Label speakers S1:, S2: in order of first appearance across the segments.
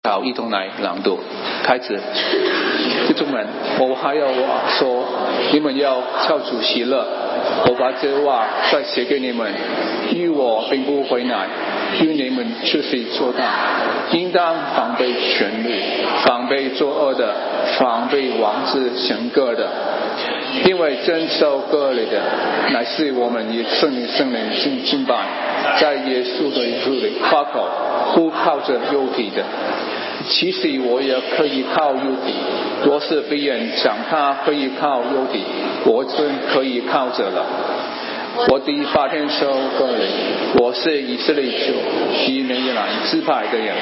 S1: 到一同来朗读，开始。中文，我还要说，你们要超主喜乐。我把这话再写给你们，因为我并不回来，因为你们自己做到，应当防备权力，防备作恶的，防备王子神恶的。因为真受割礼的，乃是我们以圣灵圣灵敬敬拜，在耶稣的主里夸口，呼靠着肉体的。其实我也可以靠肉体，若是别人讲他可以靠肉体，我真可以靠着了。我第八天收割礼，我是以色列族以美兰支派的人，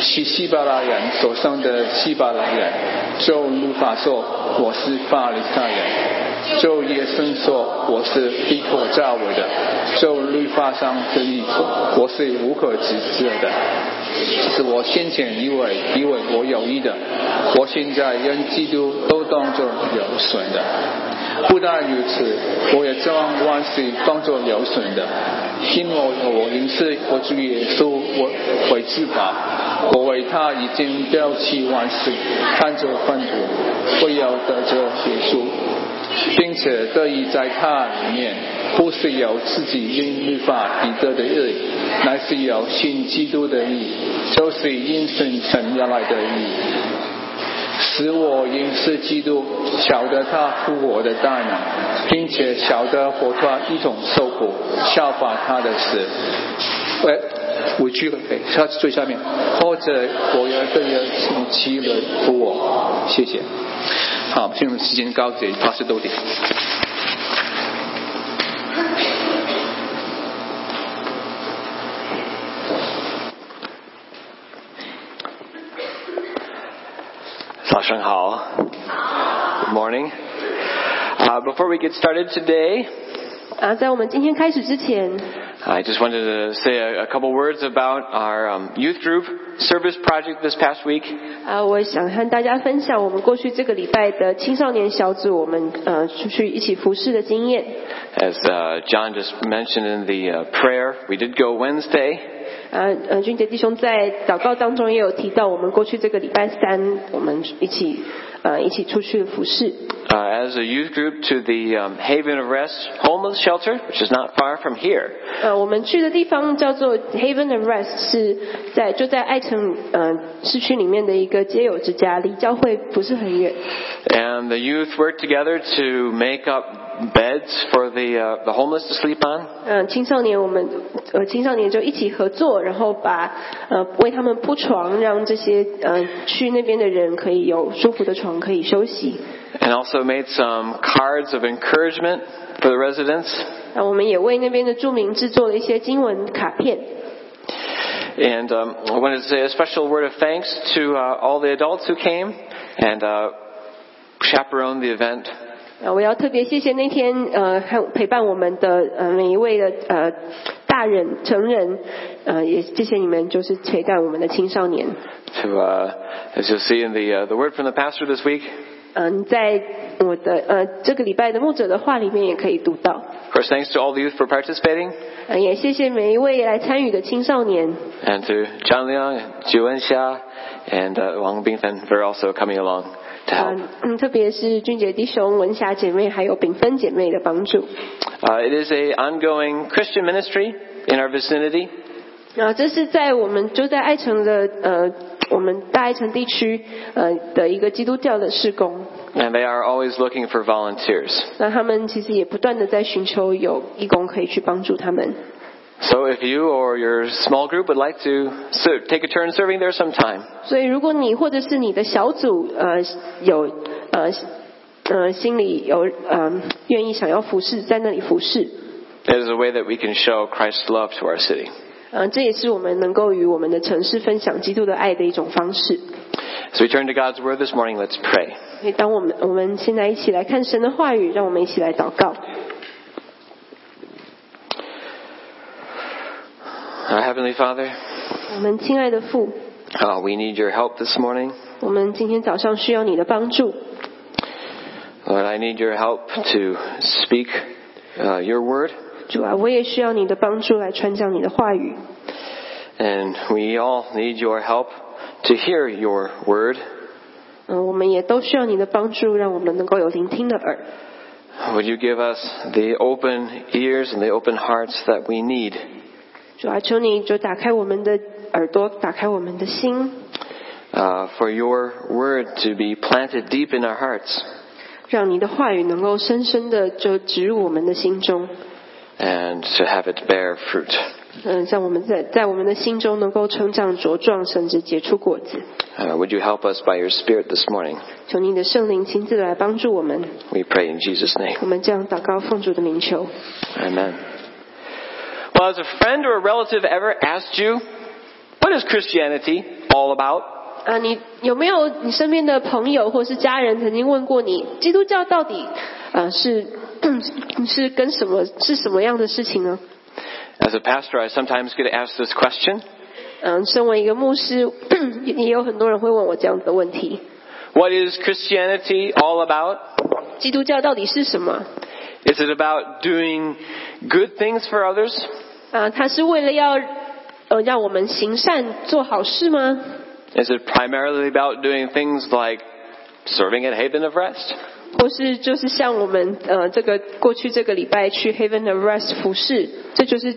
S1: 是希伯来人所生的希伯来人。就路法说我是巴黎赛人，就耶生说我是逼迫教我的，就律法上的义说我是无可指责的。是我先前以为以为我有意的，我现在连基督都当作有损的。不但如此，我也将万事当作有损的，因为我认识我主耶稣我为至宝，我为他已经丢弃万事，看作粪土，为要得着耶稣。并且得以在他里面，不是有自己因律法以得的义，乃是有信基督的义，就是因信神而来的义。使我因是基督，晓得他复活的大能，并且晓得活他一种受苦，效法他的死。喂，五句了，哎，它最下面，或者我要对人从其人服我，谢谢。好，现在时间高给八十多点。
S2: 早上好。Good morning. Uh, before we get started today,
S3: 啊，在我们今天开始之前，
S2: I just wanted to say a, a couple words about our um, youth group service project this past week.
S3: 啊，我想和大家分享我们过去这个礼拜的青少年小组，我们呃出去一起服侍的经验。
S2: As uh, John just mentioned in the uh, prayer, we did go Wednesday.
S3: 啊，呃，俊杰弟兄在祷告当中也有提到，我们过去这个礼拜三，我们一起呃一起出去服侍。
S2: Uh, as a youth group to the um, Haven of Rest homeless shelter, which is not far from here.
S3: 呃，我们去的地方叫做 Haven and Rest，是在就在爱城呃市区里面的一个街友之家，离教会不是很远。
S2: And the youth worked together to make up beds for the uh, the homeless to sleep on.
S3: 嗯，青少年我们呃青少年就一起合作，然后把呃为他们铺床，让这些呃去那边的人可以有舒服的床可以休息。
S2: And also made some cards of encouragement for the residents.
S3: 那我们也为那边的住民制作了一些经文卡片。
S2: And um, I wanted to say a special word of thanks to uh, all the adults who came and uh, chaperoned the event.
S3: 呃，我要特别谢谢那天呃和陪伴我们的呃每一位的呃大人成人，呃也谢谢你们就是陪伴我们的青少年。
S2: To uh, as you'll see in the uh, the word from the pastor this week.
S3: 嗯、在我的呃这个礼拜的牧者的话里面也可以读到。
S2: Of course, thanks to all the youth for participating,
S3: 呃，也谢谢每一位来参与的青少年，
S2: and to John Liang, Ju Xia, and uh, Wang Bingfen for also coming along to
S3: 啊
S2: help.
S3: 嗯，特别是俊杰弟兄、文霞姐妹还有炳芬姐妹的帮助。
S2: Uh, it is a ongoing Christian ministry in our vicinity,
S3: 啊，这是在我们就在爱城的呃，我们大爱城地区呃的一个基督教的事工。
S2: and they are always looking for volunteers.
S3: 那他们其实也不断的在寻求有义工可以去帮助他们。
S2: So if you or your small group would like to ser- take a turn serving there sometime,
S3: 所以，如果你或者是你的小组呃有呃呃心里有呃愿意想要服侍，在那里服侍，
S2: it is a way that we can show Christ's love to our city.
S3: 嗯，这也是我们能够与我们的城市分享基督的爱的一种方式。
S2: As we turn to God's Word this morning, let's pray.
S3: 所以，当我们我们现在一起来看神的话语，让我们一起来祷告。
S2: Our Heavenly Father,
S3: 我们亲爱的父，
S2: uh, we need your help this morning.
S3: 我们今天早上需要你的帮助。
S2: Lord, I need your help to speak uh, your Word,
S3: 主啊，我也需要你的帮助来传讲你的话语。
S2: and we all need your help to hear your word.
S3: 嗯，我们也都需要你的帮助，让我们能够有聆听的耳。
S2: Would you give us the open ears and the open hearts that we need?
S3: 主啊，求你就打开我们的耳朵，打开我们的心，
S2: Uh, for your word to be planted deep in our hearts
S3: 让你的话语能够深深的就植入我们的心中。
S2: and to have it bear fruit.
S3: 嗯，让我们在在我们的心中能够成长茁壮，甚至结出果子。
S2: Uh, would you help us by your Spirit this morning?
S3: 求你的圣灵亲自来帮助我们。
S2: We pray in Jesus' name.
S3: 我们这样祷告，奉主的名求。
S2: Amen. Well, has a friend or a relative ever asked you, what is Christianity all about?
S3: 啊，你有没有你身边的朋友或是家人曾经问过你，基督教到底呃是 是跟什么是什么样的事情呢？
S2: As a pastor, I sometimes get asked this question
S3: 嗯，身为一个牧师，也也有很多人会问我这样子的问题：
S2: What is Christianity all about?
S3: 基督教到底是什么？
S2: Is it about doing good things for others?
S3: 啊，它是为了要呃让我们行善做好事吗？
S2: Is it primarily about doing things like serving at Haven of Rest?
S3: 或是就是像我们呃这个过去这个礼拜去 Haven of Rest 服侍，这就是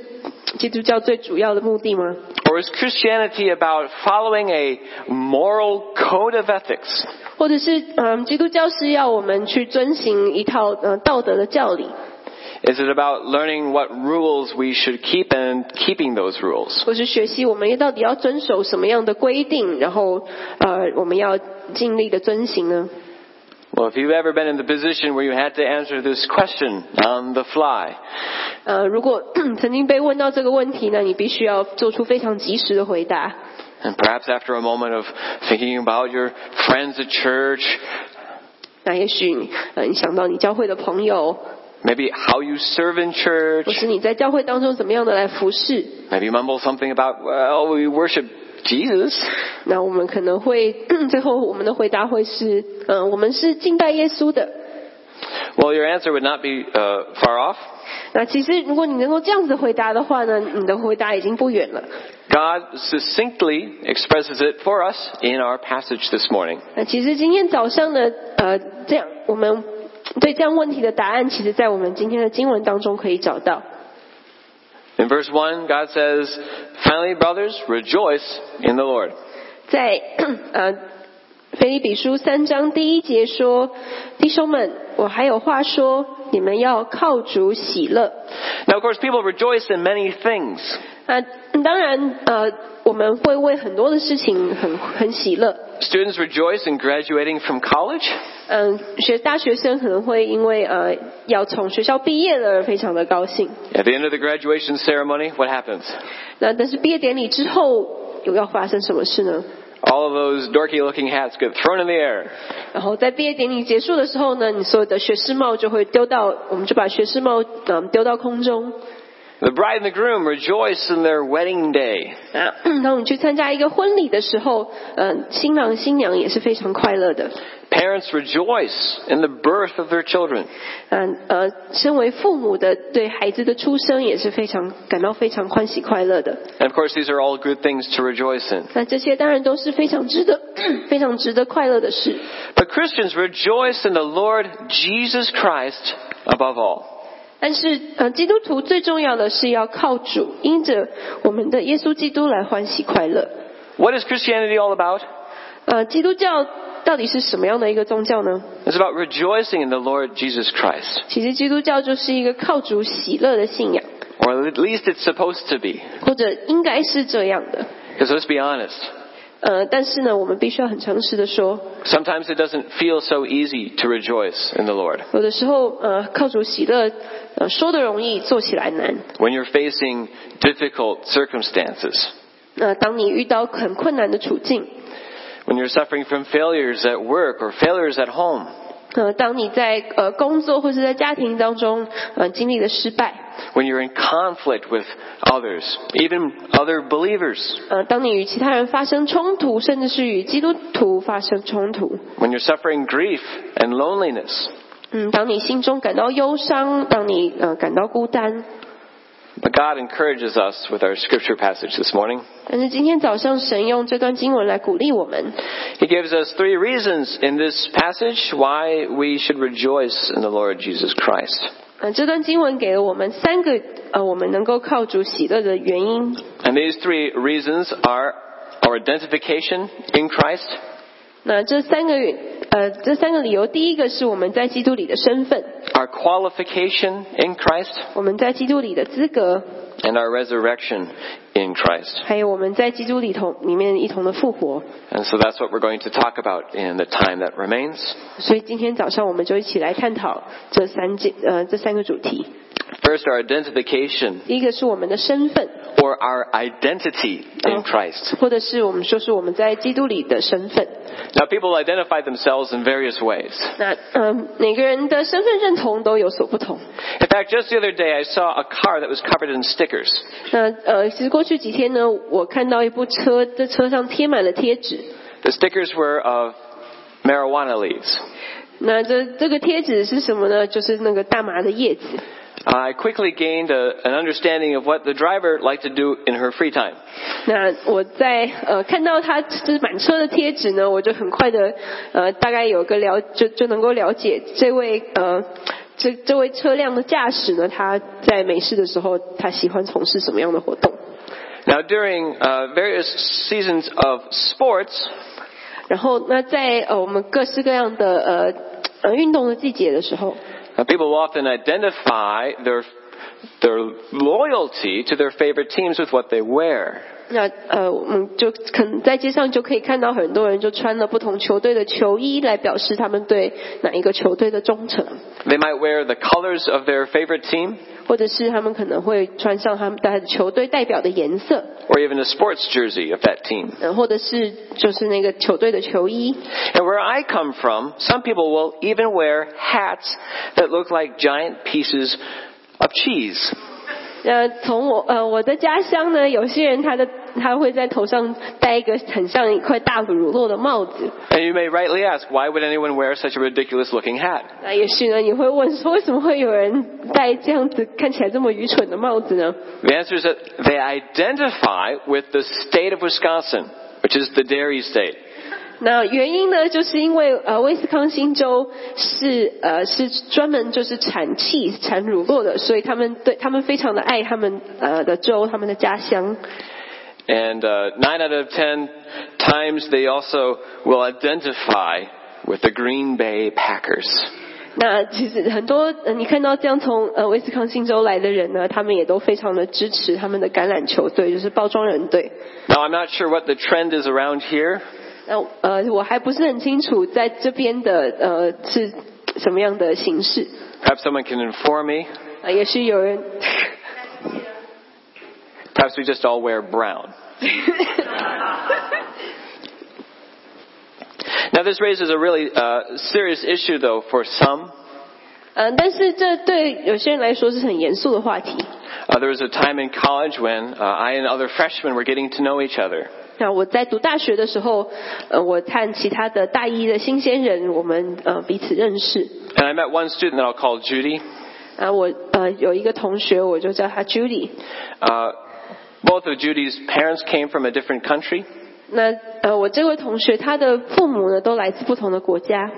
S3: 基督教最主要的目的吗？
S2: Or is Christianity about following a moral code of ethics?
S3: 或者是嗯，基督教是要我们去遵行一套呃道德的教理，
S2: Is it about learning what rules we should keep and keeping those rules?
S3: 或是学习我们到底要遵守什么样的规定，然后呃我们要尽力的遵行呢？
S2: Well, if you've ever been in the position where you had to answer this question on the fly,
S3: 呃，如果曾经被问到这个问题呢，你必须要做出非常及时的回答。
S2: and perhaps after a moment of thinking about your friends at church,
S3: 那也许你呃你想到你教会的朋友，
S2: maybe how you serve in church,
S3: 或是你在教会当中怎么样的来服侍，
S2: maybe mumble something about, well, we worship Jesus.
S3: 那我们可能会 最后我们的回答会是，嗯、我们是敬拜耶稣的。
S2: Well, your answer would not be uh, far off.
S3: 那其实如果你能够这样子回答的话呢，你的回答已经不远了。
S2: God succinctly expresses it for us in our passage this morning.
S3: 那其实今天早上呢，呃，这样我们对这样问题的答案，其实在我们今天的经文当中可以找到。
S2: In verse 1, God says, Finally, brothers, rejoice in the Lord.
S3: 在 呃腓立比书三章第一节说：“弟兄们，我还有话说，你们要靠主喜乐。
S2: Now, of course, people rejoice in many things. ”
S3: 那当然，呃，我们会为很多的事情很很喜乐。
S2: Students rejoice in graduating from college.
S3: 嗯，学大学生可能会因为呃要从学校毕业了而非常的高兴。
S2: At the end of the graduation ceremony, what happens?
S3: 那但是毕业典礼之后又要发生什么事呢？
S2: All of those dorky looking hats get thrown in the air.
S3: 然后在毕业典礼结束的时候呢，你所有的学士帽就会丢到，我们就把学士帽嗯丢到空中。
S2: The bride and the groom rejoice in their wedding day.
S3: 啊，当你去参加一个婚礼的时候，嗯，新郎新娘也是非常快乐的。
S2: Parents rejoice in the birth of their children.
S3: 嗯呃，身为父母的对孩子的出生也是非常感到非常欢喜快乐的。
S2: And of course, these are all good things to rejoice in.
S3: 那这些当然都是非常值得 非常值得快乐的事。
S2: But Christians rejoice in the Lord Jesus Christ above all.
S3: 但是，呃，基督徒最重要的是要靠主，因着我们的耶稣基督来欢喜快乐。
S2: What is Christianity all about?
S3: 呃，基督教到底是什么样的一个宗教呢？
S2: It's about rejoicing in the Lord Jesus Christ.
S3: 其实，基督教就是一个靠主喜乐的信仰，
S2: Or at least it's supposed to be.
S3: 或者应该是这样的。
S2: Because let's be honest,
S3: 呃，但是呢，我们必须要很诚实的说，
S2: sometimes it doesn't feel so easy to rejoice in the Lord.
S3: 有的时候，呃，靠主喜乐，呃，说的容易，做起来难。
S2: When you're facing difficult circumstances,
S3: 那、呃当你遇到很困难的处境，
S2: when you're suffering from failures at work or failures at home,
S3: 呃，当你在呃工作或是在家庭当中，呃，经历了失败，
S2: when you're in conflict with others, even other believers,
S3: 呃，当你与其他人发生冲突，甚至是与基督徒发生冲突，
S2: when you're suffering grief and loneliness,
S3: 嗯，当你心中感到忧伤，当你呃感到孤单，
S2: But God encourages us with our scripture passage this morning.
S3: 但是今天早上，神用这段经文来鼓励我们。
S2: He gives us three reasons in this passage why we should rejoice in the Lord Jesus Christ.
S3: 呃，这段经文给了我们三个呃，我们能够靠主喜乐的原因。
S2: And these three reasons are our identification in Christ,
S3: 那这三个呃，这三个理由，第一个是我们在基督里的身份，
S2: our qualification in Christ,
S3: 我们在基督里的资格，
S2: and our resurrection in Christ.
S3: 还有我们在基督里同里面一同的复活。
S2: And so that's what we're going to talk about in the time that remains.
S3: 所以今天早上我们就一起来探讨这三件呃这三个主题。
S2: First, our identification
S3: 第一个是我们的身份，
S2: or our identity
S3: Oh.
S2: in Christ.
S3: 或者是我们说是我们在基督里的身份。
S2: Now, people identify themselves in various ways.
S3: 那嗯、呃每个人的身份认同都有所不同。
S2: In fact, just the other day, I saw a car that was covered in stickers.
S3: 那呃，其实过去几天呢，我看到一部车，这车上贴满了贴纸。
S2: The stickers were of marijuana leaves.
S3: 那这这个贴纸是什么呢？就是那个大麻的叶子。
S2: I quickly gained a, an understanding of what the driver liked to do in her free time.
S3: 那我在呃看到它就是满车的贴纸呢，我就很快的呃大概有个了就就能够了解这位呃这这位车辆的驾驶呢，他在没事的时候他喜欢从事什么样的活动。
S2: Now, during uh, various seasons of sports,
S3: 然后那在呃我们各式各样的呃呃运动的季节的时候，
S2: uh, people will often identify their their loyalty to their favorite teams with what they wear.
S3: 那呃，我们就可能在街上就可以看到很多人就穿了不同球队的球衣来表示他们对哪一个球队的忠诚，
S2: They might wear the colors of their favorite team,
S3: 或者是他们可能会穿上他们带的球队代表的颜色，
S2: or even a sports jersey of that team.
S3: 嗯、或者是就是那个球队的球衣。
S2: And where I come from, some people will even wear hats that look like giant pieces of cheese.
S3: 呃，从我呃我的家乡呢，有些人他的他会在头上戴一个很像一块大乳酪的帽子。
S2: And you may rightly ask, why would anyone wear such a ridiculous looking hat?
S3: 那也许呢，你会问说，为什么会有人戴这样子看起来这么愚蠢的帽子呢？
S2: The answer is that they identify with the state of Wisconsin, which is the dairy state.
S3: 那原因呢，就是因为呃，威斯康星州是呃是专门就是产气产乳酪的，所以他们对他们非常的爱他们呃的州，他们的家乡。
S2: And uh, nine out of ten times they also will identify with the Green Bay Packers.
S3: 那其实很多、呃、你看到这样从呃威斯康星州来的人呢，他们也都非常的支持他们的橄榄球队，就是包装人队。
S2: Now I'm not sure what the trend is around here,
S3: 那呃我还不是很清楚在这边的呃是什么样的形式，
S2: perhaps someone can inform me.
S3: 呃、也许有人
S2: Perhaps we just all wear brown. now, this raises a really uh, serious issue, though, for some.
S3: 嗯、但是这对有些人来说是很严肃的话题。
S2: Uh, there was a time in college when uh, I and other freshmen were getting to know each other.
S3: 那我在读大学的时候，呃，我看其他的大一的新鲜人，我们呃彼此认识。
S2: And I met one student that I'll call Judy.
S3: 啊，我呃有一个同学，我就叫她 Judy。
S2: Uh, both of Judy's parents came from a different country.
S3: 那呃我这位同学，他的父母呢都来自不同的国家。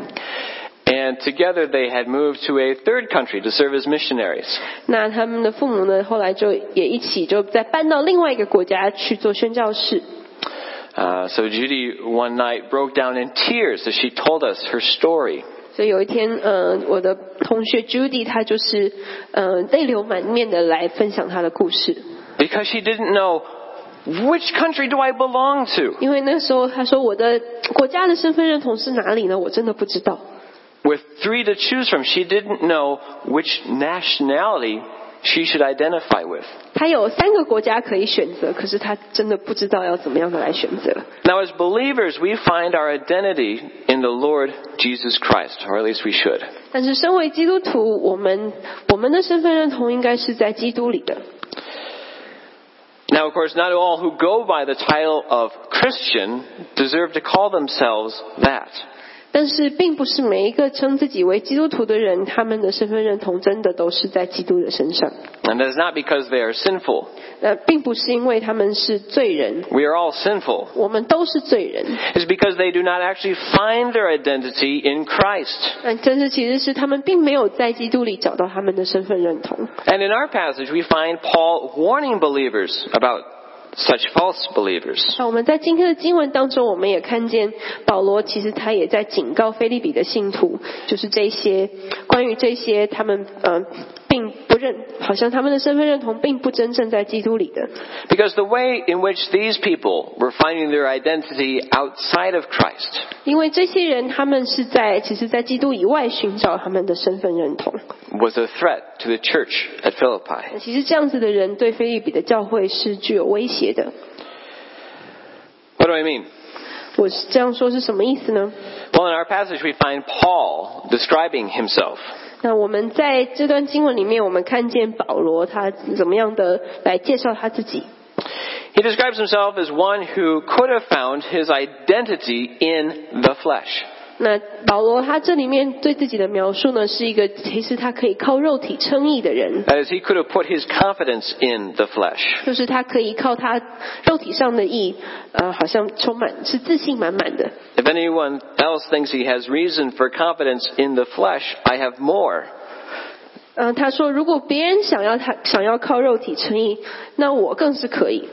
S2: And together they had moved to a third country to serve as missionaries.
S3: 那他们的父母呢，后来就也一起就再搬到另外一个国家去做宣教士。
S2: Uh, so Judy one night broke down in tears as she told us her story.
S3: 所以有一天，呃，我的同学 Judy 她就是呃泪流满面的来分享她的故事，
S2: Because she didn't know which country do I belong to?
S3: 因为那时候她说我的国家的身份认同是哪里呢？我真的不知道。
S2: With three to choose from, she didn't know which nationality she should identify with.
S3: 他有三个国家可以选择，可是他真的不知道要怎么样的来选择。
S2: Now, as believers, we find our identity in the Lord Jesus Christ, or at least we should.
S3: 但是身为基督徒，我们我们的身份认同应该是在基督里的。
S2: Now, of course, not all who go by the title of Christian deserve to call themselves that.
S3: 但是并不是每一个称自己为基督徒的人，他们的身份认同真的都是在基督的身上。
S2: And that is not because they are sinful.
S3: 那并不是因为他们是罪人，
S2: We are all sinful.
S3: 我们都是罪人。
S2: It's because they do not actually find their identity in Christ.
S3: 但真是其实是他们并没有在基督里找到他们的身份认同。
S2: And in our passage, we find Paul warning believers about such false believers.
S3: 那我们在今天的经文当中，我们也看见保罗其实他也在警告菲利比的信徒，就是这些关于这些他们呃并不认，好像他们的身份认同并不真正在基督里的。
S2: Because the way in which these people were finding their identity outside of Christ
S3: 因为这些人他们是在其实，在基督以外寻找他们的身份认同。
S2: was a threat to the church at Philippi.
S3: 其实这样子的人对菲利比的教会是具有威胁的。
S2: What do I mean?
S3: 我是这样说是什么意思呢？
S2: Well, in our passage, we find Paul describing himself.
S3: 那我们在这段经文里面，我们看见保罗他怎么样的来介绍他自己。
S2: He describes himself as one who could have found his identity in the flesh.
S3: 那保罗他这里面对自己的描述呢，是一个其实他可以靠肉体称义的人，
S2: That is, he could have put his confidence in the flesh.
S3: 就是他可以靠他肉体上的义，呃，好像充满是自信满满的。
S2: If anyone else thinks he has reason for confidence in the flesh, I have more.
S3: 嗯、他说，如果别人想要他想要靠肉体称义，那我更是可以。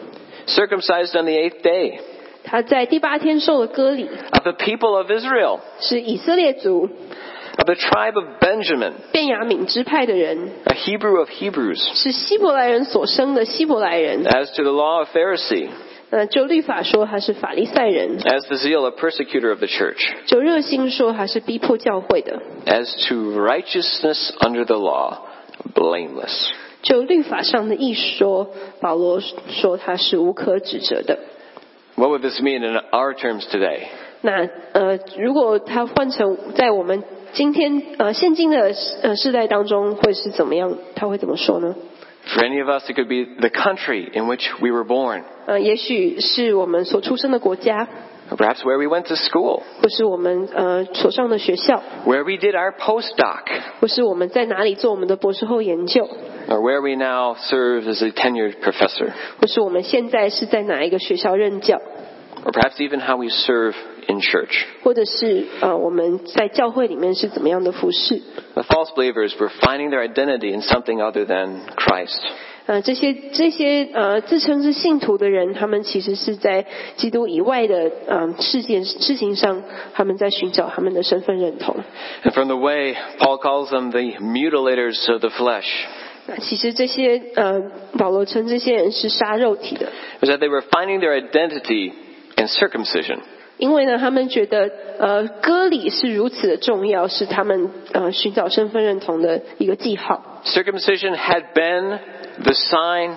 S2: Circumcised on the eighth day,
S3: 他在第八天受了割礼，
S2: of the people of Israel,
S3: 是以色列族
S2: of the tribe of Benjamin,
S3: 便雅敏支派的人，
S2: a Hebrew of Hebrews,
S3: 是希伯来人所生的希伯来人。
S2: as to the law of Pharisee,
S3: 呃，就律法说他是法利赛人，
S2: as the zeal of persecutor of the church,
S3: 就热心说他是逼迫教会的，
S2: as to righteousness under the law, blameless.
S3: 就律法上的一说，保罗说他是无可指责的。
S2: What would this mean in our terms today?
S3: 那呃，如果他换成在我们今天呃现今的呃世代当中，会是怎么样？他会怎么说呢？
S2: For any of us, it could be the country in which we were born,
S3: 呃，也许是我们所出生的国家，
S2: or perhaps where we went to school,
S3: 或是我们呃所上的学校，
S2: where we did our postdoc,
S3: 或是我们在哪里做我们的博士后研究，
S2: or where we now serve as a tenured professor,
S3: 或是我们现在是在哪一个学校任教，
S2: or perhaps even how we serve in church.
S3: 或者是呃我们在教会里面是怎么样的服饰。
S2: The false believers were finding their identity in something other than Christ.
S3: 呃，这些这些呃自称是信徒的人，他们其实是在基督以外的嗯、呃、事件事情上，他们在寻找他们的身份认同。
S2: And from the way Paul calls them the mutilators of the flesh,
S3: 那其实这些呃保罗称这些人是杀肉体的，
S2: was that they were finding their identity in circumcision.
S3: 因为呢他们觉得呃割礼是如此的重要，是他们呃寻找身份认同的一个记号。
S2: Circumcision had been the sign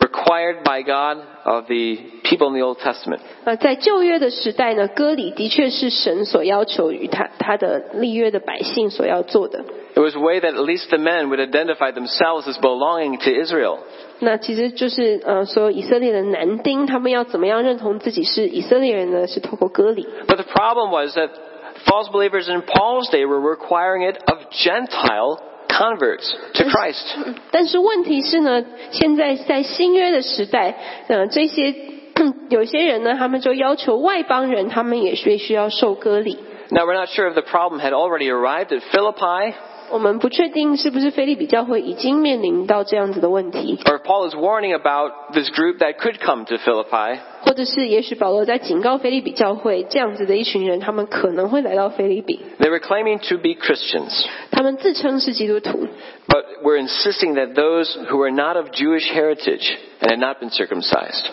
S2: required by God of the people in the Old Testament.
S3: 呃，在旧约的时代呢，割礼的确是神所要求与他他的立约的百姓所要做的。
S2: It was a way that at least the men would identify themselves as belonging to Israel.
S3: 那其实就是呃，所有以色列的男丁，他们要怎么样认同自己是以色列人呢？是透过割礼。
S2: But the problem was that false believers in Paul's day were requiring it of Gentile converts to Christ.
S3: 但是问题是呢，现在在新约的时代，呃，这些嗯有些人呢，他们就要求外邦人，他们也必须要受割礼。
S2: Now, we're not sure if the problem had already arrived at Philippi
S3: 我们不确定是不是菲利比教会已经面临到这样子的问题，
S2: or if Paul is warning about this group that could come to Philippi.
S3: 或者是也许保罗在警告菲利比教会这样子的一群人，他们可能会来到菲利比，
S2: They were claiming to be Christians,
S3: 他们自称是基督徒，
S2: but were insisting that those who were not of Jewish heritage and had not been circumcised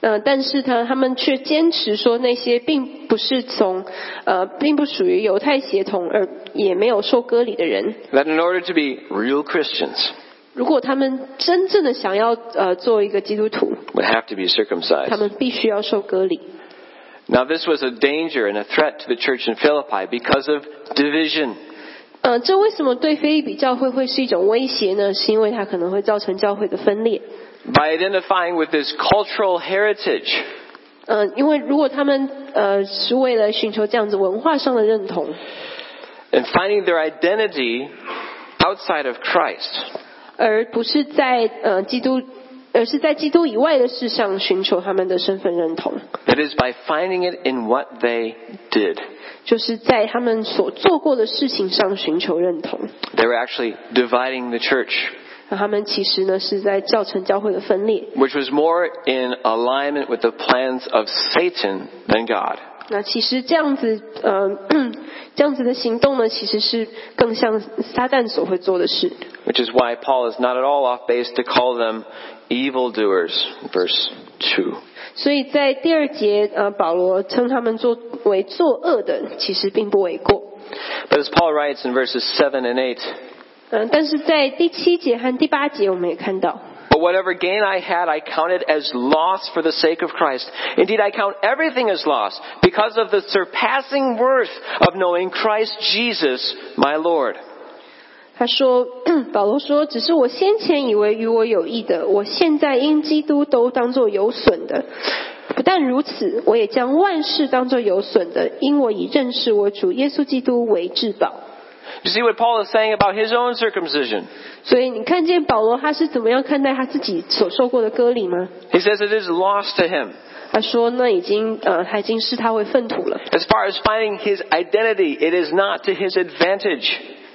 S3: 呃，但是他他们却坚持说那些并不是从呃，并不属于犹太血统而也没有受割礼的人，
S2: that in order to be real Christians
S3: 如果他们真正的想要呃做一个基督徒，
S2: would have to be
S3: 他
S2: circumcised.
S3: 们必须要受割礼。
S2: Now, this was a danger and a threat to the church in Philippi because of division.
S3: 呃，这为什么对菲利比教会会是一种威胁呢？是因为它可能会造成教会的分裂。
S2: By identifying with this cultural heritage,
S3: 呃，因为如果他们呃是为了寻求这样子文化上的认同，
S2: and finding their identity outside of Christ.
S3: 而不是在呃基督，而是在基督以外的事上寻求他们的身份认同，
S2: That is by finding it in what they did.
S3: 就是在他们所做过的事情上寻求认同。
S2: They were actually dividing the church,
S3: 那他们其实呢是在造成教会的分裂，
S2: which was more in alignment with the plans of Satan than God.
S3: 那其实这样子，呃， 这样子的行动呢，其实是更像撒旦所会做的事。
S2: Which is why Paul is not at all off base to call them evildoers. Verse 2.
S3: 所以在第二节，呃，保罗称他们作为作恶的，其实并不为过。
S2: But as Paul writes in verses 7 and 8,
S3: 嗯、但是在第七节和第八节，我们也看到，
S2: But whatever gain I had, I counted as loss for the sake of Christ. Indeed, I count everything as loss because of the surpassing worth of knowing Christ Jesus, my Lord.
S3: 他说， 保罗说，只是我先前以为与我有益的，我现在因基督都当作有损的。不但如此，我也将万事当作有损的，因我以认识我主耶稣基督为至宝。
S2: You see what Paul is saying about his own circumcision.
S3: 所以你看见保罗他是怎么样看待他自己所受过的割礼吗？
S2: He says it is loss to him.
S3: 他说那已经呃，他已经视他为粪土了。
S2: As far as finding his identity, it is not to his advantage.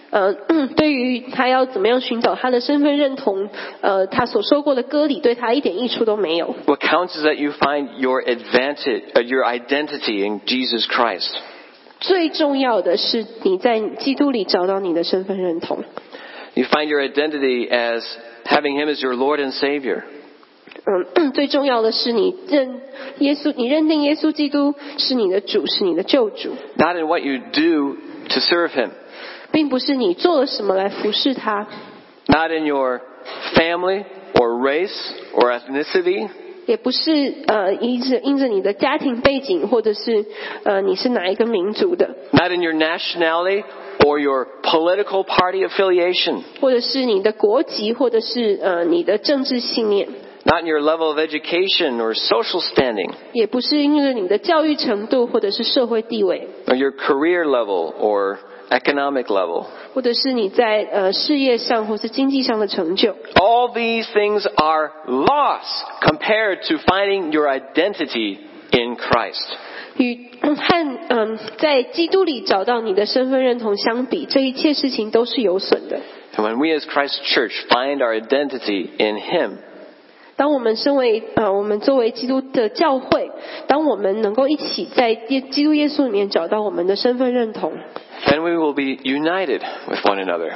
S3: 呃， 对于他要怎么样寻找他的身份认同，呃，他所受过的割礼对他一点益处都没有。
S2: What counts is that you find your advantage, uh, your identity in Jesus Christ.
S3: 最重要的是你在基督里找到你的身份认同。
S2: You find your identity as having him as your Lord and Savior.
S3: 嗯， 最重要的是你认耶稣，你认定耶稣基督是你的主，是你的救主，
S2: not in what you do to serve Him,
S3: 并不是你做了什么来服侍他，
S2: not in your family or race or ethnicity,
S3: 也不是呃，因着因着你的家庭背景，或者是呃，你是哪一个民族的，
S2: not in your nationality or your political party affiliation,
S3: 或者是你的国籍，或者是呃你的政治信念，
S2: not in your level of education or social standing
S3: 也不是因为你的教育程度，或者是社会地位，
S2: or your career level or economic level.
S3: 或者是你在呃事业上或是经济上的成就，
S2: All these things are loss compared to finding your identity in Christ.
S3: 与和嗯、在基督里找到你的身份认同相比，这一切事情都是有损的。
S2: And when we as Christ's church find our identity in Him,
S3: 当我们身为呃，我们作为基督的教会，当我们能够一起在耶基督耶稣里面找到我们的身份认同，
S2: then we will be united with one another.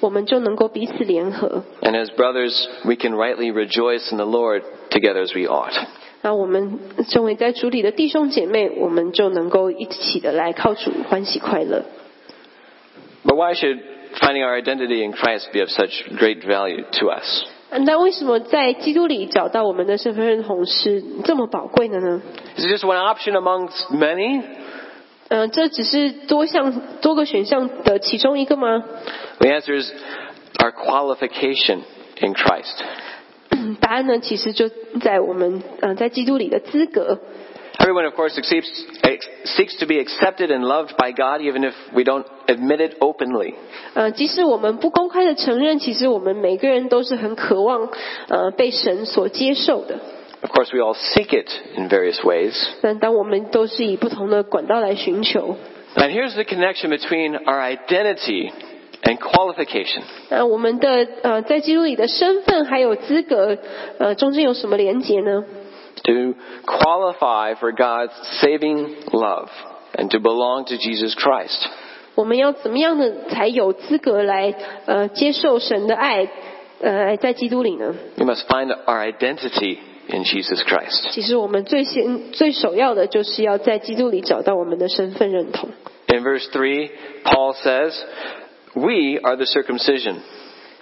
S3: 我们就能够彼此联合。
S2: And as brothers, we can rightly rejoice in the Lord together as we ought.
S3: 那我们身为在主里的弟兄姐妹，我们就能够一起的来靠主欢喜快乐。
S2: But why should finding our identity in Christ be of such great value to us?
S3: 那为什么在基督里找到我们的身份认同是这么宝贵的呢？
S2: Is it just one option amongst many?
S3: 嗯、这只是多项多个选项的其中一个吗？
S2: The answer is our qualification in Christ.
S3: 答案呢，其实就在我们嗯、呃在基督里的资格。
S2: Everyone, of course, accepts, ex- seeks to be accepted and loved by God, even if we don't admit it openly.
S3: 呃，即使我们不公开的承认，其实我们每个人都是很渴望呃被神所接受的。
S2: Of course, we all seek it in various ways.
S3: 但当我们都是以不同的管道来寻求，
S2: And here's the connection between our identity and qualification.
S3: 那我们的呃在基督里的身份还有资格，呃中间有什么连结呢？
S2: to qualify for God's saving love and to belong to Jesus Christ.
S3: 我们要怎么样的才有资格来呃接受神的爱？呃，在基督里呢，
S2: We must find our identity in Jesus Christ.
S3: 其实我们最先最首要的就是要在基督里找到我们的身份认同。
S2: In verse 3, Paul says, We are the circumcision.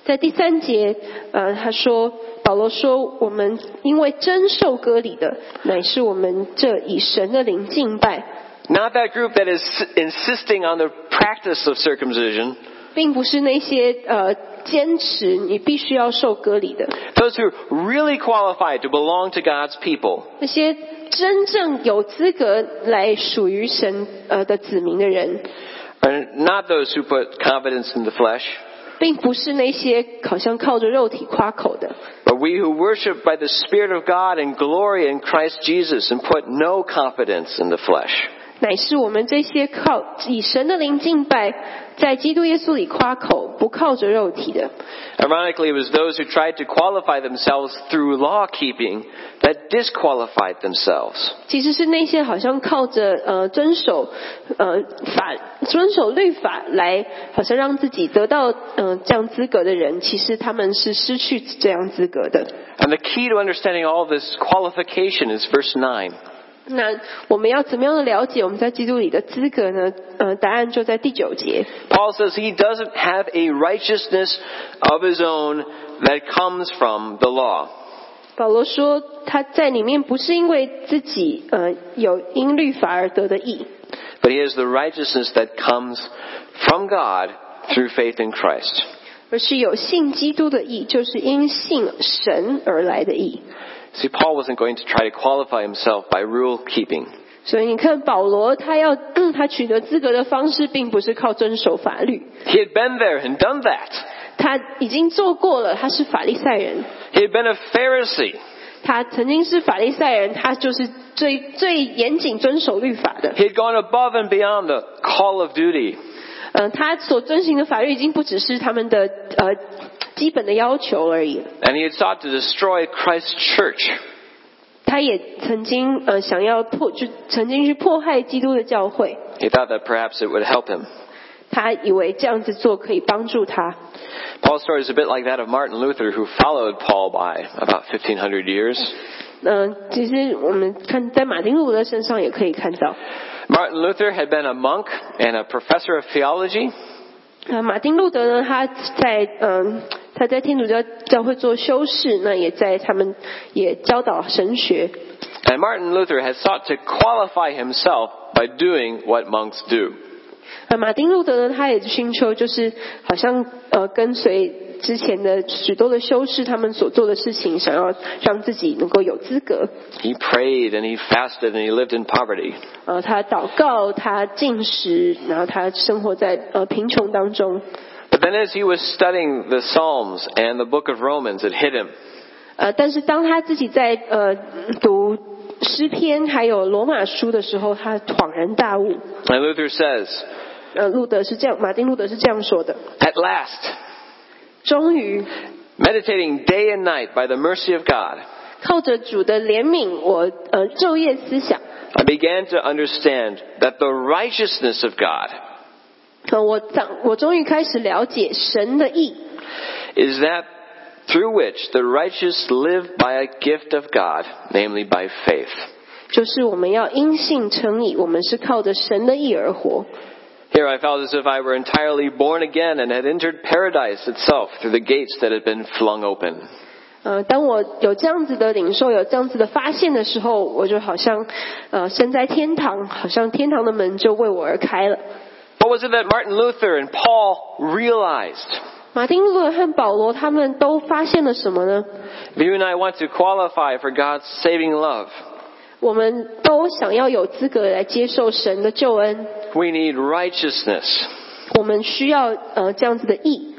S3: 在第三节，呃，他说，保罗说，我们因为真受割礼的，乃是我们这以神的灵敬拜，
S2: Not that group that is insisting on the practice of circumcision.
S3: 并不是那些呃坚持你必须要受割礼的
S2: Those who really qualify to belong to God's people.
S3: 那些真正有资格来属于神呃的子民的人，
S2: Are not those who put confidence in the flesh,
S3: 并不是那些好像靠着肉体夸口的，
S2: but we who worship by the Spirit of God and glory in Christ Jesus and put no confidence in the flesh.
S3: 乃是我们这些靠以神的灵敬拜，在基督耶稣里夸口，不靠着肉体的。
S2: Ironically, it was those who tried to qualify themselves through law keeping that disqualified themselves.
S3: 其实是那些好像靠着呃遵守呃法遵守律法来，好像让自己得到呃这样资格的人，其实他们是失去这样资格的。
S2: And the key to understanding all this qualification is verse 9.
S3: 那我们要怎么样的了解我们在基督里的资格呢？呃，答案就在第九节。
S2: Paul says he doesn't have a righteousness of his own that comes from the law.
S3: 保罗说他在里面不是因为自己呃有因律法而得的义，
S2: But he has the righteousness that comes from God through faith in Christ.
S3: 而是有信基督的义，就是因信神而来的义。
S2: See, Paul wasn't going to try to qualify himself by rule keeping.
S3: 所以你看，保罗他要 他取得资格的方式，并不是靠遵守法律，
S2: He had been there and done that.
S3: 他已经做过了，他是法利赛人，
S2: He had been a Pharisee.
S3: 他曾经是法利赛人，他就是最最严谨遵守律法的。
S2: He had gone above and beyond the call of duty.
S3: 嗯、他所遵循的法律已经不只是他们的呃基本的要求而已，
S2: And he had sought to destroy Christ's church.
S3: 他也曾经呃想要破，就曾经去迫害基督的教会，
S2: He thought that perhaps it would help him.
S3: 他以为这样子做可以帮助他。
S2: Paul's story is a bit like that of Martin Luther, who followed Paul by about 1500 years.
S3: 嗯、其实我们看在马丁路德身上也可以看到。
S2: Martin Luther had been a monk and a professor of theology.
S3: 啊，马丁路德呢，他在嗯，他在天主教教会做修士，那也在他们也教导神学。
S2: And Martin Luther had sought to qualify himself by doing what monks do.
S3: 啊，马丁路德呢，他也寻求就是好像呃，跟随之前的许多的修士他们所做的事情，想要让自己能够有资格。
S2: He prayed and he fasted and he lived in poverty.
S3: 呃，他祷告，他进食，然后他生活在呃贫穷当中。
S2: But then as he was studying the Psalms and the book of Romans, it hit him.
S3: 呃，但是当他自己在呃读诗篇还有罗马书的时候，他恍然大悟。
S2: And Luther says,
S3: 呃，路德是这样，马丁路德是这样说的：
S2: At last,
S3: 终于
S2: meditating day and night by the mercy of God,
S3: 靠着主的怜悯，我呃昼夜思想，
S2: I began to understand that the righteousness of God
S3: 呃我长我终于开始了解神的意，
S2: is that through which the righteous live by a gift of God, namely by faith.
S3: 就是我们要因信称义，我们是靠着神的意而活。
S2: Here I felt as if I were entirely born again and had entered paradise itself through the gates that had been flung open.
S3: 呃，当我有这样子的领受，有这样子的发现的时候，我就好像呃身在天堂，好像天堂的门就为我而开了。
S2: What was it that Martin Luther and Paul realized?
S3: 马丁路德和保罗他们都发现了什么呢？
S2: If you and I want to qualify for God's saving love,
S3: 我们都想要有资格来接受神的救恩，
S2: we need righteousness.
S3: 我们需要呃这样子的义，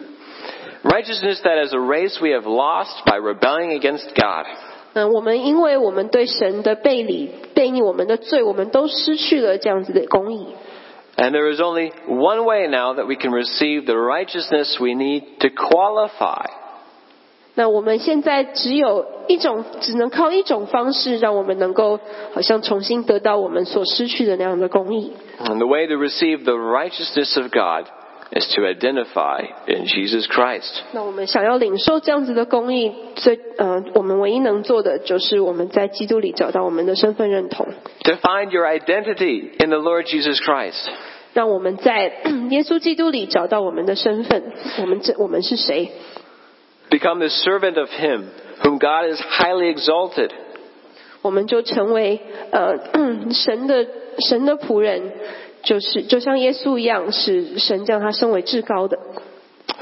S2: Righteousness that as a race we have lost by rebelling against God.
S3: 嗯、我们因为我们对神的背离、背逆我们的罪，我们都失去了这样子的公义。
S2: And there is only one way now that we can receive the righteousness we need to qualify.
S3: 那我们现在只有一种，只能靠一种方式，让我们能够好像重新得到我们所失去的那样的公义。
S2: And the way to receive the righteousness of God is to identify in Jesus Christ.
S3: 那我们想要领受这样子的公义，最呃，我们唯一能做的就是我们在基督里找到我们的身份认同，
S2: To find your identity in the Lord Jesus Christ.
S3: 让我们在嗯耶稣基督里找到我们的身份，我们这我们是谁？
S2: Become the servant of Him whom God has highly exalted.
S3: 我们就成为呃神的神的仆人，就是就像耶稣一样，是神将他升为至高的。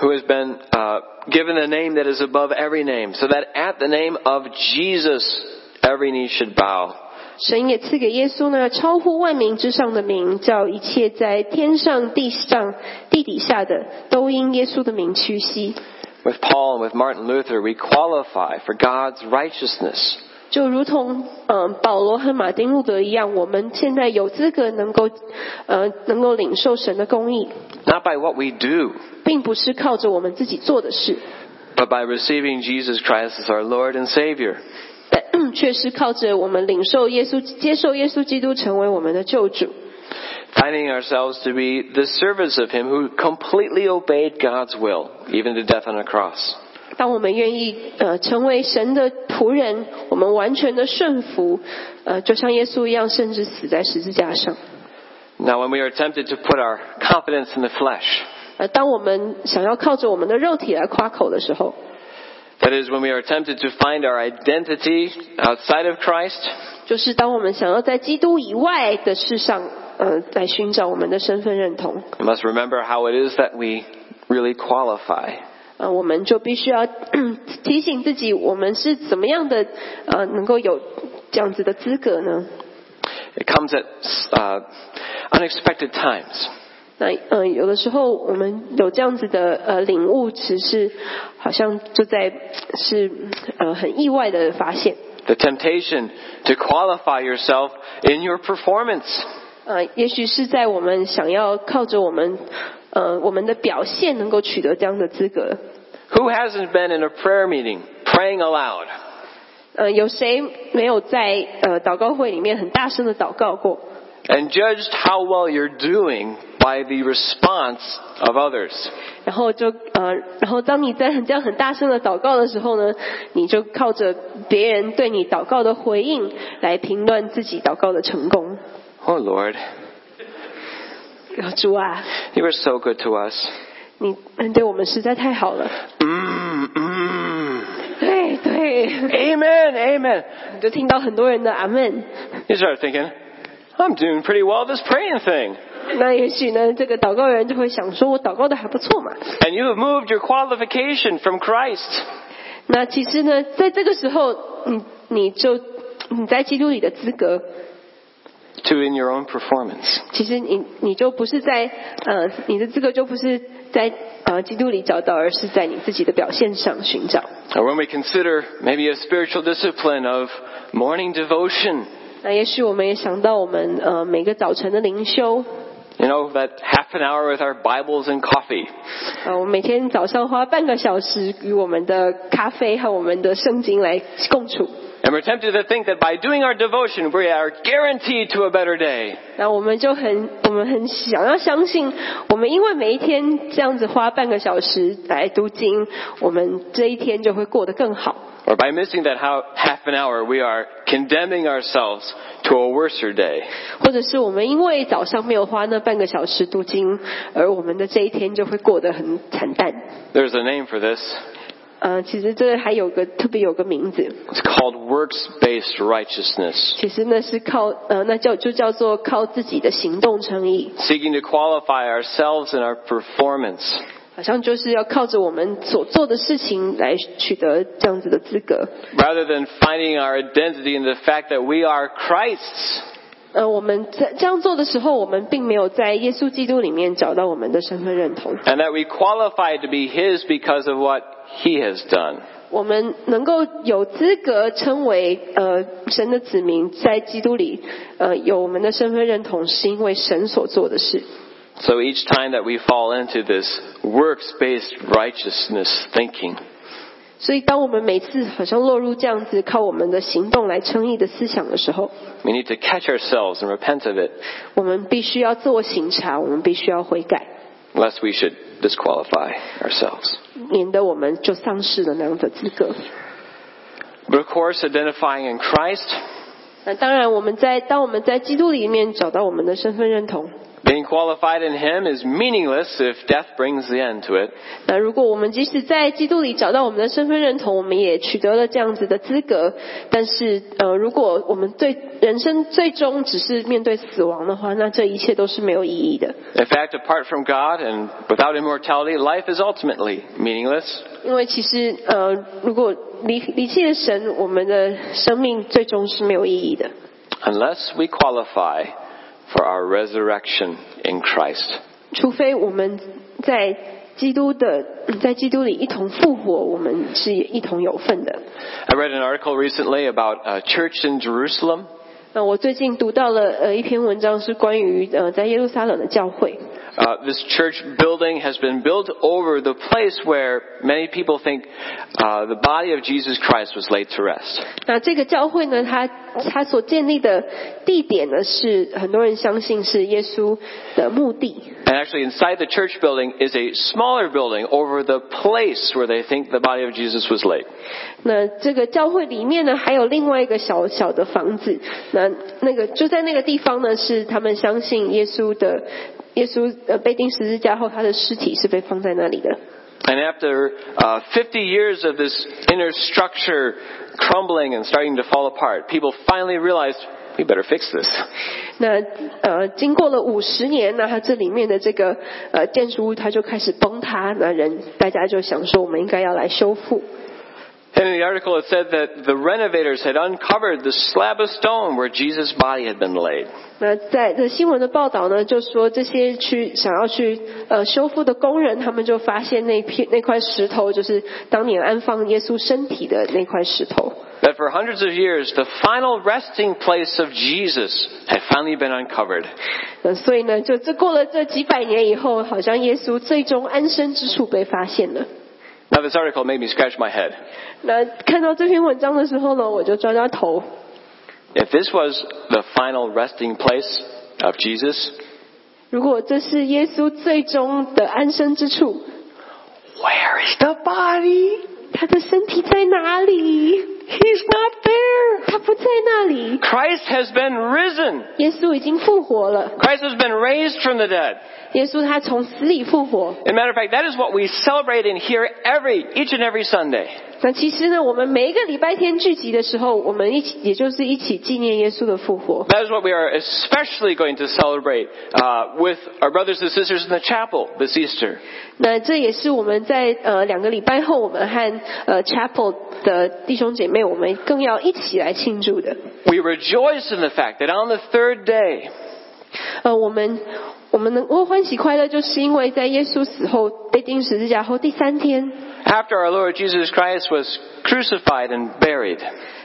S2: who has been uh, given the name that is above every name, so that at the name of Jesus every knee should bow
S3: 神也赐给耶稣那超乎万民之上的名，叫一切在天上、地上、地底下的，都因耶稣的名屈膝。
S2: With Paul and with Martin Luther, we qualify for God's righteousness.
S3: 就如同嗯、呃保罗和马丁路德一样，我们现在有资格能够呃能够领受神的公义，
S2: not by what we do,
S3: 并不是靠着我们自己做的事，
S2: but by receiving Jesus Christ as our Lord and Savior.
S3: 但嗯却是靠着我们领受耶稣、接受耶稣基督成为我们的救主，
S2: Finding ourselves to be the servants of Him who completely obeyed God's will, even to death on a cross.
S3: 当我们愿意呃成为神的仆人，我们完全的顺服，呃，就像耶稣一样，甚至死在十字架上。
S2: Now, when we are tempted to put our confidence in the flesh,
S3: 呃，当我们想要靠着我们的肉体来夸口的时候，
S2: that is, when we are tempted to find our identity outside of Christ,
S3: 就是当我们想要在基督以外的事上，呃，来寻找我们的身份认同，
S2: we must remember how it is that we really qualify.
S3: 呃，我们就必须要 提醒自己，我们是怎么样的，呃，能够有这样子的资格呢？
S2: It comes at uh, unexpected times.
S3: 那呃，有的时候我们有这样子的呃领悟，只是好像就在是呃很意外的发现，
S2: The temptation to qualify yourself in your performance.
S3: 呃，也许是在我们想要靠着我们呃我们的表现能够取得这样的资格。
S2: Who hasn't been in a prayer meeting praying aloud?
S3: 呃，有谁没有在呃祷告会里面很大声的祷告过？
S2: And judged how well you're doing by the response of others.
S3: 然后就呃，然后当你在很这样很大声的祷告的时候呢，你就靠着别人对你祷告的回应来评论自己祷告的成功。
S2: Oh Lord,
S3: 主啊，
S2: you are so good to us.
S3: 你嗯对我们实在太好了。
S2: Mm, mm.
S3: 对对，
S2: Amen, amen.
S3: 你就听到很多人的阿门。
S2: You start thinking, I'm doing pretty well this praying thing.
S3: 那也许呢，这个祷告人就会想说，我祷告的还不错嘛。
S2: And you have moved your qualification from Christ.
S3: 那其实呢，在这个时候，你你就你在基督里的资格，
S2: to in your own performance.
S3: 其实你你就不是在呃，你的资格就不是在呃基督里找到，而是在你自己的表现上寻找。
S2: Or when we consider maybe a spiritual discipline of morning devotion,
S3: 那也许我们也想到我们呃每个早晨的灵修，
S2: you know, that half an hour with our Bibles and coffee.
S3: 呃，我们每天早上花半个小时与我们的咖啡和我们的圣经来共处。
S2: And we're tempted to think that by doing our devotion, we are guaranteed to a better day.
S3: 那我们就很，我们很想要相信，我们因为每一天这样子花半个小时来读经，我们这一天就会过得更好。
S2: Or by missing that how, half an hour, we are condemning ourselves to a worser day.
S3: 或者是我们因为早上没有花那半个小时读经，而我们的这一天就会过得很惨淡。
S2: There's a name for this.
S3: 呃，其实这还有个特别有个名字，
S2: It's called works-based righteousness.
S3: 其实那是靠呃，那叫就叫做靠自己的行动称义，
S2: Seeking to qualify ourselves in our performance.
S3: 好像就是要靠着我们所做的事情来取得这样子的资格。
S2: rather than finding our identity in the fact that we are Christ's.
S3: 呃，我们在这样做的时候，我们并没有在耶稣基督里面找到我们的身份认同。
S2: And that we qualify to be His because of what He has done.
S3: 我们能够有资格称为呃神的子民，在基督里呃有我们的身份认同，是因为神所做的事。
S2: So each time that we fall into this works-based righteousness thinking,
S3: 所以，当我们每次好像落入这样子靠我们的行动来称义的思想的时候，
S2: we need to catch ourselves and repent of it,
S3: 我们必须要自我省察，我们必须要悔改，
S2: lest we should disqualify ourselves.
S3: 免得我们就丧失了那样的资格。
S2: But of course, identifying in Christ,
S3: 那当然，我们在当我们在基督里面找到我们的身份认同，
S2: being qualified in Him is meaningless if death brings the end to it.
S3: 那如果我们即使在基督里找到我们的身份认同，我们也取得了这样子的资格，但是呃，如果我们最人生最终只是面对死亡的话，那这一切都是没有意义的，
S2: In fact, apart from God and without immortality, life is ultimately meaningless.
S3: 因为其实呃，如果离离弃了神，我们的生命最终是没有意义的。
S2: unless we qualify for our resurrection in Christ.
S3: 除非我们在基督的在基督里一同复活，我们是一同有份的。
S2: I read an article recently about a church in Jerusalem.
S3: 那我最近读到了呃一篇文章，是关于呃在耶路撒冷的教会。
S2: Uh, this church building has been built over the place where many people think uh, the body of Jesus Christ was laid to rest.
S3: 那这个教会呢，它它所建立的地点呢，是很多人相信是耶稣的墓地。
S2: And actually, inside the church building is a smaller building over the place where they think the body of Jesus was laid.
S3: 那这个教会里面呢，还有另外一个小小的房子。那那个就在那个地方呢，是他们相信耶稣的，耶稣呃被钉十字架后，他的尸体是被放在那里的。
S2: And after uh, 50 years of this inner structure crumbling and starting to fall apart, people finally realized we better fix this.
S3: 那呃，经过了五十年，那它这里面的这个呃建筑物，它就开始崩塌。那人大家就想说，我们应该要来修复。
S2: And in the article, it said that the renovators had uncovered the slab of stone where Jesus' body had been laid.
S3: 那在这新闻的报道呢，就说这些去想要去呃修复的工人，他们就发现那片那块石头就是当年安放耶稣身体的那块石头。
S2: That for hundreds of years, the final resting place of Jesus had finally been uncovered.
S3: 呃，所以呢，就这过了这几百年以后，好像耶稣最终安身之处被发现了。
S2: Now, this article made me scratch my head.
S3: 那看到这篇文章的时候呢，我就抓抓头。
S2: If this was the final resting place of Jesus,
S3: 如果这是耶稣最终的安身之处，
S2: where is the body?
S3: 他的身体在哪里？
S2: He's not there.
S3: 他不在那里。
S2: Christ has been risen.
S3: 耶稣已经复活了，
S2: Christ has been raised from the dead.
S3: 耶稣他从死里复活。
S2: As a matter of fact, that is what we celebrate in here every, each and every Sunday.
S3: 那其实呢，我们每一个礼拜天聚集的时候，我们一起也就是一起纪念耶稣的复活。
S2: That is what we are especially going to celebrate uh, with our brothers and sisters in the chapel this Easter.
S3: 那这也是我们在呃两个礼拜后，我们和呃 Chapel 的弟兄姐妹，我们更要一起来庆祝的。
S2: We rejoice in the fact that on the third day,
S3: 呃，我们我们能够欢喜快乐，就是因为在耶稣死后被钉十字架后第三天，
S2: after our Lord Jesus Christ was crucified and buried,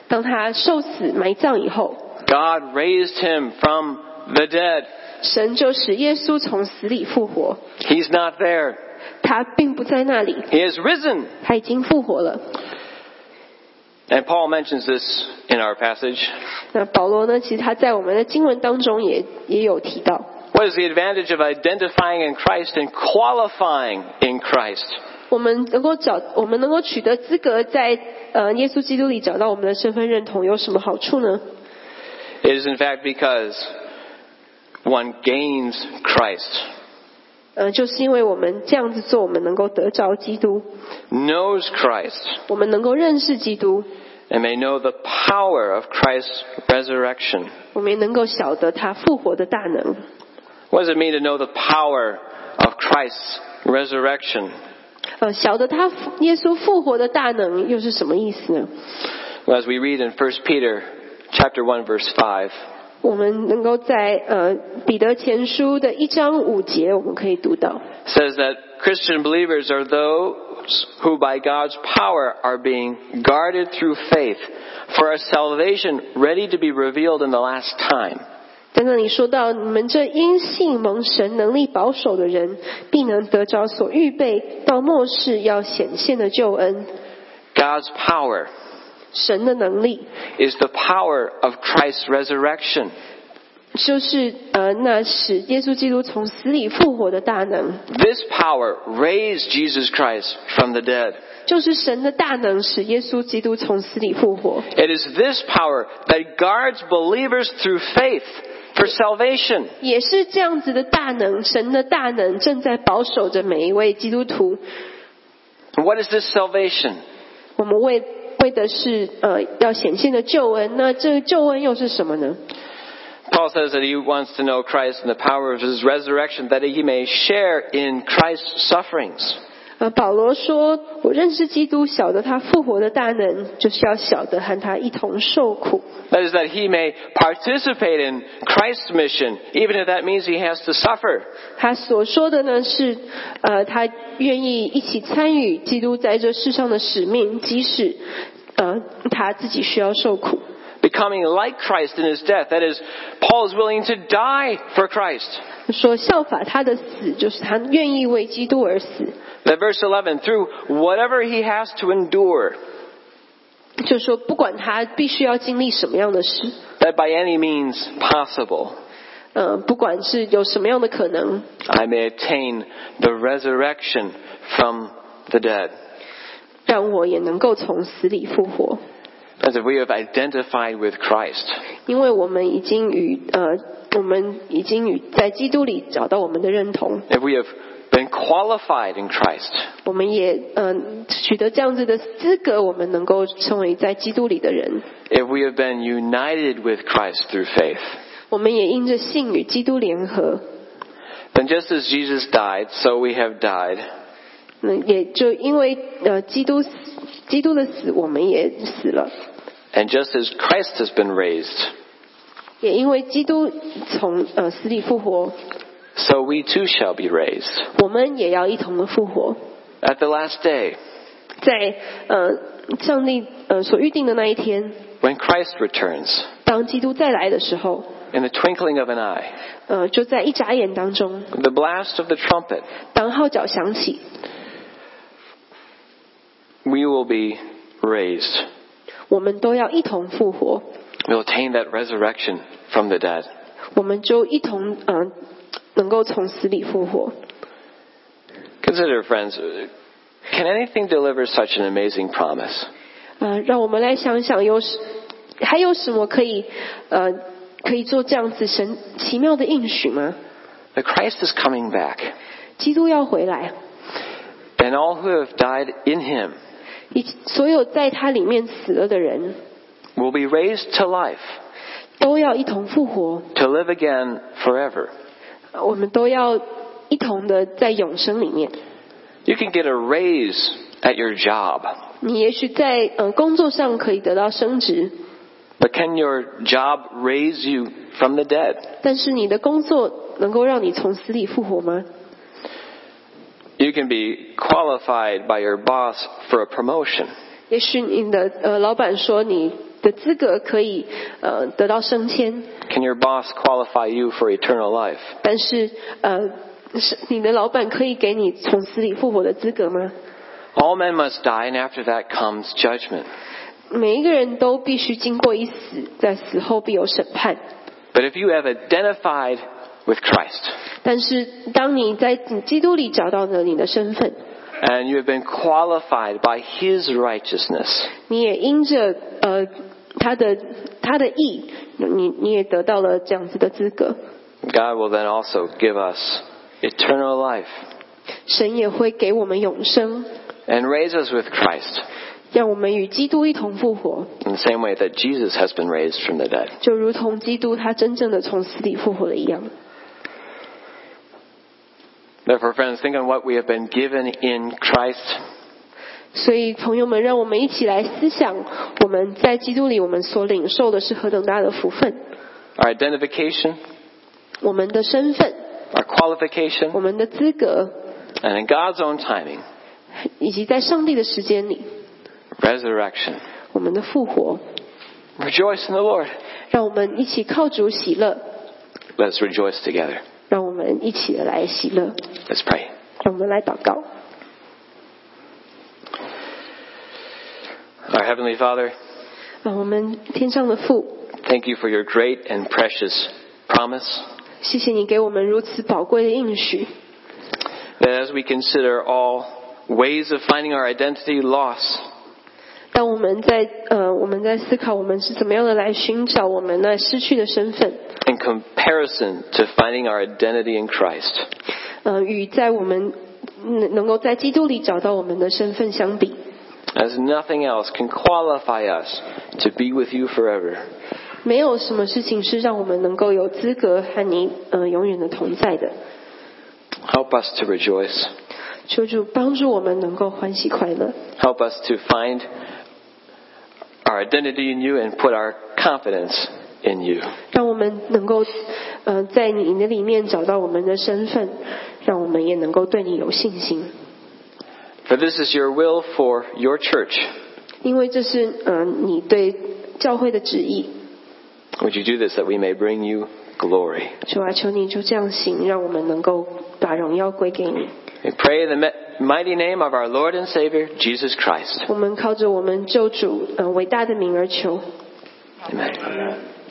S3: 当他受死埋葬以后，
S2: God raised him from the dead.
S3: 神就使耶稣从死里复活。
S2: He's not there.
S3: 他并不在那里，
S2: He is risen.
S3: 他已经复活了。
S2: And Paul mentions this in our passage.
S3: 那保罗呢？其实他在我们的经文当中也也有提到，
S2: What is the advantage of identifying in Christ and qualifying in Christ?
S3: 我们能够找，我们能够取得资格在呃耶稣基督里找到我们的身份认同，有什么好处呢？
S2: It is in fact because one gains Christ,
S3: 呃，就是因为我们这样子做，我们能够得着基督，
S2: knows Christ,
S3: 我们能够认识基督，
S2: and may know the power of Christ's resurrection.
S3: 我们也能够晓得他复活的大能。
S2: What does it mean to know the power of Christ's resurrection?
S3: 呃，晓得他耶稣复活的大能又是什么意思呢？
S2: Well, as we read in 1 Peter chapter 1 verse 5,
S3: 我们能够在呃彼得前书的一章五节，我们可以读到。
S2: says that Christian believers are those who by God's power are being guarded through faith for a salvation ready to be revealed in the last time.
S3: 在那里说到，你们这因信蒙神能力保守的人，必能得着所预备到末世要显现的救恩。
S2: God's power
S3: 神的能力
S2: is the power of Christ's resurrection.
S3: 就是呃，那使耶稣基督从死里复活的大能，
S2: This power raised Jesus Christ from the dead.
S3: 就是神的大能使耶稣基督从死里复活。
S2: It is this power that guards believers through faith for salvation.
S3: 也是这样子的大能，神的大能正在保守着每一位基督徒。
S2: And What is this salvation?
S3: 我们为为的是呃要显现的救恩。那这个救恩又是什么呢？
S2: Paul says that he wants to know Christ and the power of his resurrection that he may share in Christ's sufferings.
S3: 呃呃，保罗说：“我认识基督，晓得他复活的大能，就是要晓得和他一同受苦，
S2: That is, that he may participate in Christ's mission, even if that means he has to suffer.
S3: 他所说的呢是，呃，他愿意一起参与基督在这世上的使命，即使呃他自己需要受苦。
S2: Becoming like Christ in his death. That is, Paul is willing to die for Christ.
S3: 说效法他的死，就是他愿意为基督而死。
S2: That verse 11, through whatever he has to endure,
S3: 就说不管他必须要经历什么样的事，
S2: that by any means possible,
S3: 呃，不管是有什么样的可能，
S2: I may attain the resurrection from the dead.
S3: 让我也能够从死里复活，
S2: As if we have identified with Christ.
S3: 因为我们已经与呃，我们已经与在基督里找到我们的认同，
S2: If we have been qualified in Christ.
S3: 我们也嗯、呃取得这样子的资格，我们能够成为在基督里的人。
S2: If we have been united with Christ through faith.
S3: 我们也因着信与基督联合，
S2: Then just as Jesus died, so we have died.
S3: 那也就因为呃基督死基督的死，我们也死了。
S2: And just as Christ has been raised,
S3: 也因为基督从呃死里复活，
S2: so we too shall be raised.
S3: 我们也要一同的复活，
S2: At the last day,
S3: 在呃上帝呃所预定的那一天，
S2: when Christ returns,
S3: 当基督再来的时候，
S2: in the twinkling of an eye,
S3: 呃就在一眨眼当中，
S2: the blast of the trumpet,
S3: 当号角响起，
S2: we will be raised.
S3: 我们都要一同复活，
S2: We'll attain that resurrection from the dead.
S3: 我们就一同呃能够从死里复活。
S2: Consider, friends, can anything deliver such an amazing promise?
S3: 呃，让我们来想想有什还有什么可以呃可以做这样子神奇妙的应许吗？
S2: That Christ is coming back,
S3: 基督要回来，
S2: and all who have died in him
S3: 以所有在他里面死了的人，
S2: will be raised to life,
S3: 都要一同复活，
S2: to live again forever.
S3: 我们都要一同的在永生里面。
S2: You can get a raise at your job,
S3: 你也许在呃工作上可以得到升职，
S2: but can your job raise you from the dead?
S3: 但是你的工作能够让你从死里复活吗？
S2: You can be qualified by your boss for a promotion,
S3: 也许你的呃老板说你的资格可以呃得到升迁，
S2: Can your boss qualify you for eternal life?
S3: 但是呃，是你的老板可以给你从死里复活的资格吗？
S2: All men must die, and after that comes judgment.
S3: 每一个人都必须经过一死，在死后必有审判。
S2: But if you have identified with Christ,
S3: 但是当你在基督里找到了你的身份，
S2: and you have been qualified by His righteousness,
S3: 你也因着呃他的他的义，你你也得到了这样子的资格。
S2: God will then also give us eternal life
S3: 神也会给我们永生，
S2: and raise us with Christ
S3: 让我们与基督一同复活，
S2: in the same way that Jesus has been raised from the dead.
S3: 就如同基督他真正的从死里复活了一样。
S2: Therefore, friends, think on what we have been given in Christ
S3: 所以，朋友们，让我们一起来思想，我们在基督里，我们所领受的是何等大的福分，
S2: our identification,
S3: 我们的身份、
S2: our qualification,
S3: 我们的资格，
S2: and in God's own timing,
S3: 以及在上帝的时间里，
S2: resurrection.
S3: 我们的复活。
S2: Rejoice in the Lord.
S3: 让我们一起靠主喜乐，
S2: Let us rejoice together.
S3: 让我们一起来喜乐，
S2: Let's pray.
S3: 让我们来祷告。
S2: Our Heavenly Father,
S3: 啊，我们天上的父，
S2: thank you for your great and precious promise
S3: 谢谢你给我们如此宝贵的应许。
S2: that as we consider all ways of finding our identity lost,
S3: 当我们在呃，我们在思考我们是怎么样的来寻找我们那失去的身份，
S2: in comparison to finding our identity in Christ,
S3: 呃，与在我们能能够在基督里找到我们的身份相比，
S2: as nothing else can qualify us to be with you forever.
S3: 没有什么事情是让我们能够有资格和你呃永远的同在的。
S2: Help us to rejoice.
S3: 求主帮助我们能够欢喜快乐，
S2: Help us to find our identity in you and put our confidence in you.
S3: 让我们能够，呃，在你的里面找到我们的身份，让我们也能够对你有信心，
S2: For this is your will for your church.
S3: 因为这是嗯、呃你对教会的旨意。
S2: Would you do this that we may bring you glory?
S3: 主啊，求你就这样行，让我们能够把荣耀归给你。
S2: We pray in the mi- mighty name of our Lord and Savior, Jesus Christ.
S3: 我们靠着我们救主，呃，伟大的名而求。
S2: Amen.